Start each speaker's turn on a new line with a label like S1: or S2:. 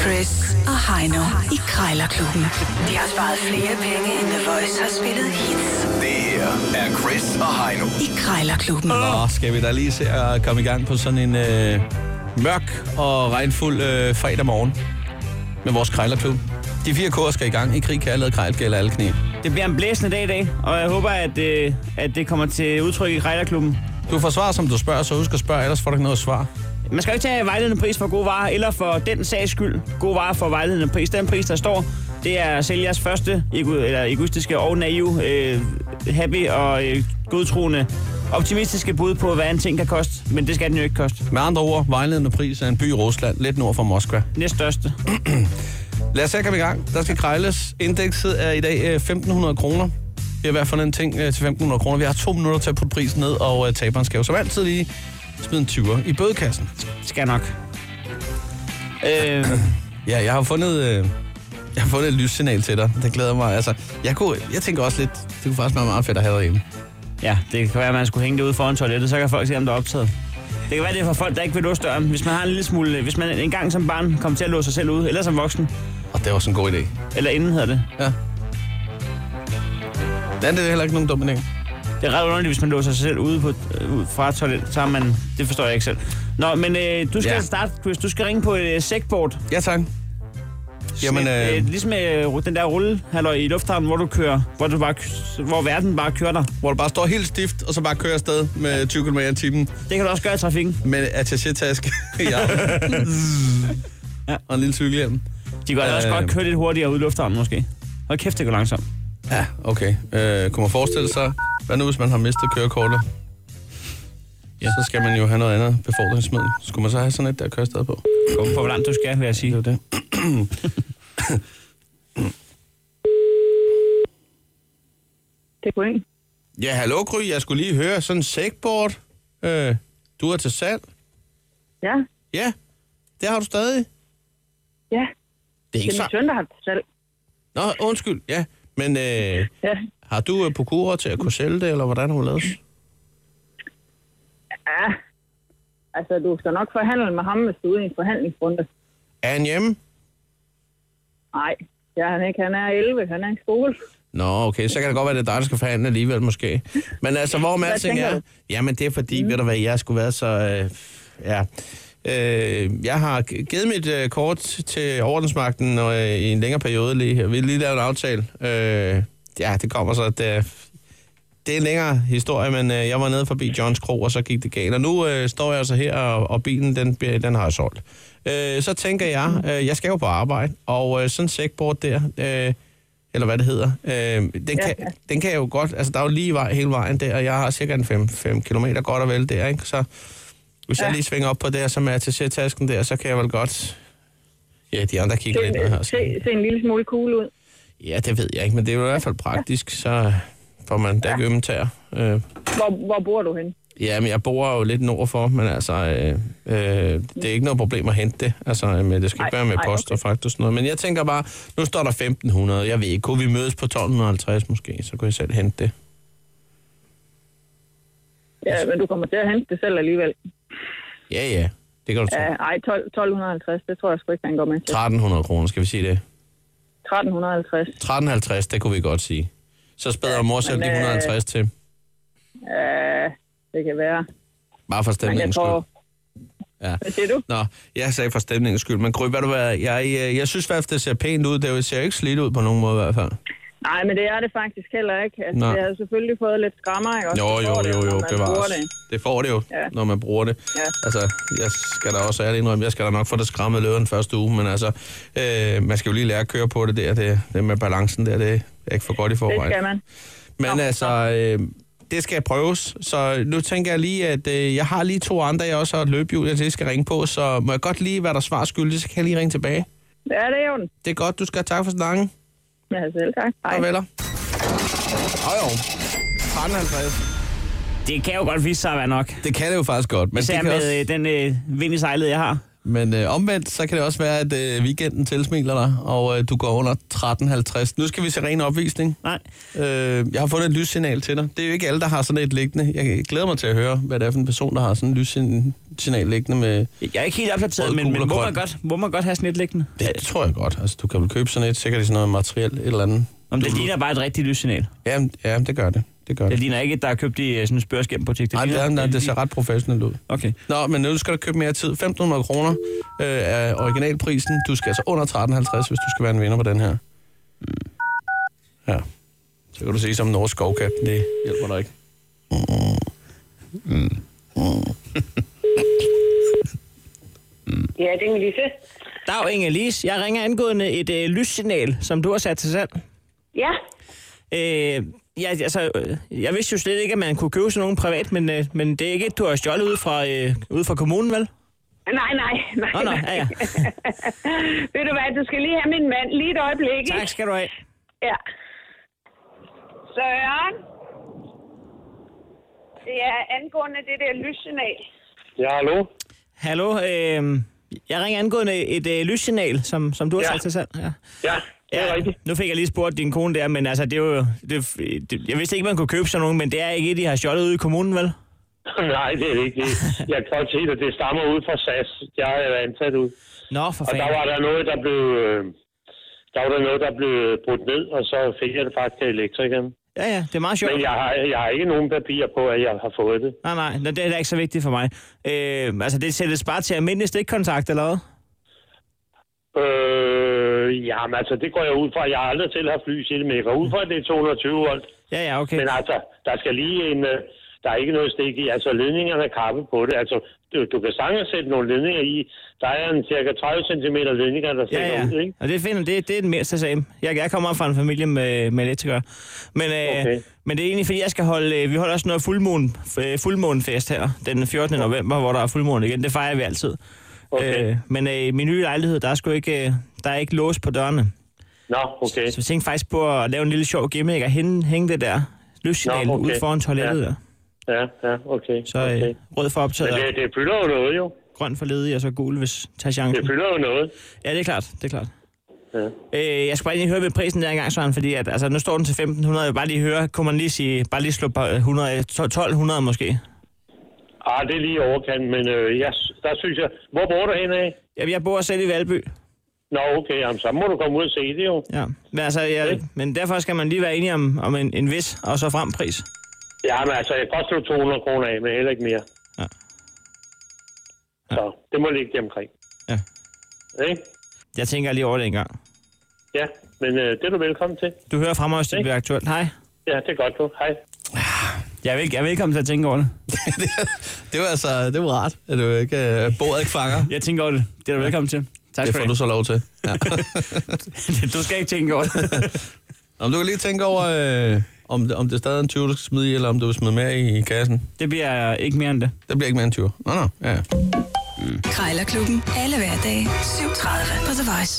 S1: Chris og Heino i Krejlerklubben. De har sparet flere penge, end The Voice har spillet hits
S2: Det her er Chris og Heino.
S1: i Krejlerklubben.
S3: Nå, skal vi da lige se at komme i gang på sådan en øh, mørk og regnfuld øh, fredag morgen med vores krejlerklub. De fire kår skal i gang i krig, kærlighed, krejl, gælder alle knæ.
S4: Det bliver en blæsende dag i dag, og jeg håber, at, øh, at det kommer til udtryk i Krejlerklubben.
S3: Du får svar, som du spørger, så husk at spørge, ellers får du ikke noget svar.
S4: Man skal jo ikke tage vejledende pris for gode varer, eller for den sags skyld, gode varer for vejledende pris. Den pris, der står, det er sælgers første, ego- eller egoistiske og naive, øh, happy og øh, godtroende, optimistiske bud på, hvad en ting kan koste. Men det skal den jo ikke koste.
S3: Med andre ord, vejledende pris er en by i Rusland, lidt nord for Moskva.
S4: Næststørste.
S3: Lad os se at komme i gang. Der skal krejles. Indekset er i dag øh, 1.500 kroner. Vi har i hvert fald en ting øh, til 1.500 kroner. Vi har to minutter til at putte prisen ned, og øh, taberen skal jo som altid lige smide en 20'er i bødekassen.
S4: Skal nok. Øh,
S3: Ja, jeg har fundet, øh, jeg har fundet et lyssignal til dig. Det glæder mig. Altså, jeg, kunne, jeg tænker også lidt, det kunne faktisk være meget fedt at have derhjemme.
S4: ja, det kan være, at man skulle hænge det ude foran toilettet, så kan folk se, om det er optaget. Det kan være, det er for folk, der ikke vil låse døren. Hvis man har en lille smule... Hvis man engang som barn kom til at låse sig selv ud, eller som voksen,
S3: Og det var sådan en god idé.
S4: eller inden hedder det.
S3: Ja. Den er det heller ikke nogen dum idé.
S4: Det er ret underligt, hvis man låser sig selv ude på, øh, ud fra toilet, så har man... Det forstår jeg ikke selv. Nå, men øh, du skal
S3: Ja.
S4: ja. starte, Chris. Du skal ringe på et øh, sækbord.
S3: Ja, tak. Jamen,
S4: Sådan et,
S3: øh,
S4: ligesom øh, den der rulle halløj, i lufthavnen, hvor du kører... Hvor, du bare, k- hvor verden bare kører dig.
S3: hvor du bare står helt stift, og så bare kører afsted med 20 km i timen
S4: Det kan du også gøre i trafikken.
S3: med attaché-taske. ja.
S4: Ja.
S3: Og en lille cykelhjelm.
S4: De kan øh, også
S3: Øh.
S4: godt køre lidt hurtigere ude i lufthavnen, måske. Hold kæft, det går langsomt.
S3: Ja, okay. Øh, kunne man forestille sig, hvad nu hvis man har mistet kørekortet? Ja. Så skal man jo have noget andet befordringsmiddel. Skulle man så have sådan et, der kører afsted på?
S4: Gå på, hvor langt du skal, vil jeg sige.
S3: Det er jo det.
S5: Det er point.
S3: Ja, hallo Gry, jeg skulle lige høre sådan en sækbord. Øh, du er til salg.
S5: Ja,
S3: Ja, det har du stadig.
S5: ja.
S3: Det er
S5: Det
S3: ikke
S5: er min
S3: så...
S5: søn, der har det selv.
S3: Nå, undskyld, ja. Men øh,
S5: Ja.
S3: har du øh, på kurer til at kunne sælge det, eller hvordan har du lavet?
S5: ja. Altså, du skal nok forhandle med ham, hvis du er ude i en forhandlingsrunde.
S3: Er han hjemme?
S5: Nej, det er han ikke. Han er 11. Han er i skole.
S3: Nå, okay, så kan det godt være, det er dig, der skal forhandle alligevel måske. Men altså, hvor med alting
S5: tænker
S3: er...
S5: du?
S3: Jamen, det er fordi, mm. ved du hvad, jeg skulle være så... Øh, ja. Øh, jeg har g- givet mit øh, kort til ordensmagten og, øh, i en længere periode lige her. Vi har lige lavet en aftale. Øh, ja, det kommer så, øh, det, det er en længere historie, men øh, jeg var nede forbi Johns Kro, og så gik det galt. Og nu øh, står jeg altså her, og, og bilen, den, bliver- den har jeg solgt. Øh, så tænker jeg, øh, jeg skal jo på arbejde, og øh, sådan en sækbord der, øh, eller hvad det hedder, øh, den, kan, den kan jeg jo godt, altså der er jo lige vej hele vejen der, og jeg har cirka en 5 km godt og vel der, ikke? Så hvis ja. jeg lige svinger op på det, som er til sættasken der, så kan jeg vel godt... Ja, de andre kigger lidt ned her. Så.
S5: Se, se, se en lille smule cool ud.
S3: Ja, det ved jeg ikke, men det er jo i hvert fald praktisk, så får man da ikke ømme tæer. Øh,
S5: Hvor, hvor bor du hen?
S3: Ja, men jeg bor jo lidt nordfor, men altså, øh, øh, det er ikke noget problem at hente det. Altså, øh, men det skal ikke
S5: Ej,
S3: være med
S5: ej,
S3: post og fragt og sådan noget. Men jeg tænker bare, nu står der 1500, jeg ved ikke, kunne vi mødes på 1250 måske, så kunne jeg selv hente det. Altså-
S5: Ja, men du kommer til at hente det selv alligevel.
S3: Ja, ja, det kan du tro.
S5: Ja, ej, 12, 1250, det tror jeg sgu ikke, han går med til.
S3: 1300 kroner, skal vi sige det.
S5: 1350.
S3: 1350, det kunne vi godt sige. Så spæder mor selv
S5: men,
S3: lige
S5: øh,
S3: 150 til,
S5: Ja, det kan være.
S3: bare for
S5: Men jeg
S3: stemningens skyld.
S5: tror...
S3: Ja.
S5: Hvad siger du?
S3: Nå, jeg sagde for stemningens skyld, men Gry, hvad du hvad, jeg, øh, jeg synes faktisk, det ser pænt ud. Det ser jo ikke slidt ud på nogen måde i hvert fald.
S5: Nej, men det er det faktisk heller ikke. Altså,
S3: Nej.
S5: det har selvfølgelig fået lidt skrammer, ikke? Også
S3: Jo,
S5: det
S3: jo,
S5: får det,
S3: jo,
S5: når
S3: jo,
S5: man bruger
S3: bevares.
S5: det.
S3: Det får det jo, ja.
S5: Ja.
S3: når man bruger det.
S5: Ja.
S3: Altså, jeg skal da også ærligt indrømme, jeg skal da nok få det skræmmet løbet den første uge, men altså, øh, man skal jo lige lære at køre på det der, det, det med balancen der, det er ikke for godt i
S5: Det
S3: forvejen.
S5: skal man.
S3: Men
S5: Nå,
S3: altså, øh, det skal prøves, så nu tænker jeg lige, at øh, jeg har lige to andre, jeg også har et løbehjul, jeg lige skal ringe på, så må jeg godt lige være der svar skyldig, så kan jeg lige ringe tilbage.
S5: Ja, det er jo den.
S3: Det er godt, du skal have tak for snakken.
S5: Ja, selv tak. Hej.
S3: Farveler. Åh jo, 1350.
S4: Det kan jo godt vise sig at være nok.
S3: Det kan det jo faktisk godt, men
S4: Især
S3: det kan
S4: med
S3: også...
S4: øh, den øh, vind i sejlet, jeg har.
S3: Men øh, omvendt, så kan det også være, at øh, weekenden tilsmiler dig, og øh, du går under 13.50. Nu skal vi se ren opvisning.
S4: Nej.
S3: Øh, jeg har fundet et lyssignal til dig. Det er jo ikke alle, der har sådan et liggende. Jeg glæder mig til at høre, hvad det er for en person, der har sådan et lyssignal liggende med...
S4: Jeg er ikke helt opdateret,
S3: Rød,
S4: men,
S3: gul
S4: men
S3: og
S4: må,
S3: grøn.
S4: man godt, må man godt have sådan et liggende?
S3: Det, det tror jeg godt. Altså, du kan vel købe sådan et, sikkert i sådan noget materiel, et eller andet.
S4: Om det ligner bare et rigtigt lyssignal.
S3: Jamen, ja, det gør det. Det gør
S4: Det
S3: det.
S4: ligner ikke, at der er købt i øh, sådan en spørgeskærmbutik.
S3: Nej, det, er, nej, det ser ret professionelt ud.
S4: Okay.
S3: Nå, men nu skal du købe mere tid. 1.500 kroner øh, er originalprisen. Du skal altså under 13.50, hvis du skal være en vinder på den her. Ja. Så kan du se som en norsk skovkat. Det hjælper dig ikke.
S5: Ja, det er Lise.
S4: Dag, Inge Elise. Jeg ringer angående et øh, lyssignal, som du har sat til salg.
S5: Ja,
S4: Øh, ja, altså, øh, jeg vidste jo slet ikke, at man kunne købe sådan nogen privat, men, øh, men det er ikke et, du har stjålet ud fra, øh, ud fra kommunen, vel?
S5: nej, nej, nej.
S4: Nå, nå, ja, ja.
S5: Ved du hvad, du skal lige have min mand lige et øjeblik. ikke?
S4: Tak skal du have.
S5: Ja. Søren? Det er angående det der lyssignal.
S6: Ja, hallo?
S4: Hallo, øh, jeg ringer angående et øh, lyssignal, som, som du har
S6: Ja.
S4: sat til salg. Ja.
S6: Ja, det er ja. rigtigt.
S4: nu fik jeg lige spurgt din kone der, men altså, det er jo... Det, det, jeg vidste ikke, man kunne købe sådan nogen, men det er ikke et, de har stjålet ude i kommunen, vel?
S6: Nej, det er det ikke. Det- Jeg kan godt se, at det stammer ud fra SAS. Jeg er ansat ud.
S4: Nå, for
S6: Og der
S4: fanden.
S6: var der noget, der blev... øh, Der var der noget, der blev brudt ned, og så fik jeg det faktisk af elektrikeren.
S4: Ja, ja, det er meget sjovt.
S6: Men jeg har, jeg har ikke nogen papirer på, at jeg har fået det.
S4: Nej, nej, nå, det er da ikke så vigtigt for mig. Øh, altså, det sættes bare til almindelig stikkontakt, eller hvad?
S6: Øh, jamen altså, det går jeg ud fra. Jeg har aldrig selv haft lys i det, men jeg går ud fra, at det er 220 volt.
S4: Ja, ja, okay.
S6: Men altså, der skal lige en... øh, Der er ikke noget stik i. Altså, ledningerne er kappet på det. Altså, du, du kan sagtens sætte nogle ledninger i. Der er en cirka 30 cm ledninger, der stikker
S4: Ja, ja.
S6: ud, ikke?
S4: Og det finder det, det er den mindste sag. Jeg, jeg kommer fra en familie med, med elektrikere. Men, øh, okay.
S6: Okay.
S4: men det er egentlig, fordi jeg skal holde... Øh, vi holder også noget fuldmåne, øh, fuldmånefest her den 14. november, hvor der er fuldmåne igen. Det fejrer vi altid.
S6: Okay.
S4: Øh, men øh, i min nye lejlighed, der er sgu ikke, øh, der er ikke lås på dørene.
S6: Nå, okay.
S4: Så jeg tænkte faktisk på at lave en lille sjov gimmick og hænge, hænge det der lyssignal
S6: Nå,
S4: okay.
S6: okay.
S4: ud foran toilettet.
S6: Ja.
S4: Ja.
S6: Ja, ja, okay.
S4: Så øh,
S6: okay.
S4: rød for optaget,
S6: Men
S4: og
S6: det, det fylder jo noget, jo.
S4: grøn for ledig, og så gul, hvis tager chancen.
S6: Det fylder jo noget.
S4: Ja, det er klart, det er klart.
S6: Ja.
S4: Øh, jeg skulle bare lige høre ved prisen der engang, Søren, fordi at, altså, nu står den til 1.500. Jeg vil bare lige høre, kunne man lige sige, bare lige slå på 100, 1.200 måske?
S6: Ah, det er lige i overkanten, men øh, jeg, der synes jeg... Hvor bor du henne af?
S4: Jeg, jeg bor selv i Valby.
S6: Nå, okay, jamen, så må du komme ud og se det jo.
S4: Ja. Men, altså, jeg,
S6: Okay.
S4: men derfor skal man lige være enig om, om en, en vis og så frem pris.
S6: Ja, men altså, jeg kan godt slå 200 kroner af, men heller ikke mere.
S4: Ja.
S6: Så det må ligge omkring.
S4: Ja.
S6: Ikke?
S4: Jeg tænker lige over det en gang.
S6: Ja, men øh, det er du velkommen til.
S4: Du hører fra mig, hvis det bliver aktuelt. Hej.
S6: Ja, det er godt du. Hej.
S4: Jeg er, vel, jeg er velkommen til at tænke over det.
S3: Det var altså det var rart, at du ikke øh, bordet ikke fanger.
S4: Jeg tænker over det. Det er du velkommen til. Tak
S3: Det
S4: for
S3: får du
S4: det.
S3: så lov til. Ja.
S4: Du skal ikke tænke over det.
S3: Om du kan lige tænke over, øh, om, det- om det er stadig en 20, du skal smide i, eller om du vil smide mere i, i kassen.
S4: Det bliver ikke mere end det.
S3: Det bliver ikke mere end 20. Nå, nå. Ja.
S1: Krejlerklubben. Alle hverdage. 7.30 på The Voice.